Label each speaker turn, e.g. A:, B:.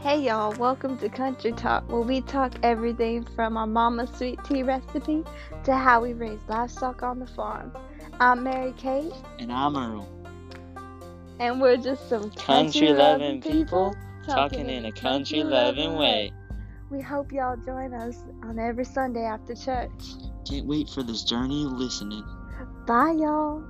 A: Hey y'all, welcome to Country Talk, where we talk everything from our mama's sweet tea recipe to how we raise livestock on the farm. I'm Mary Kate,
B: And I'm Earl,
A: and we're just some
B: country
A: country-loving
B: loving people talking in a country loving
A: country-loving
B: way.
A: We hope y'all join us on every Sunday after church.
B: Can't wait for this journey of listening.
A: Bye y'all.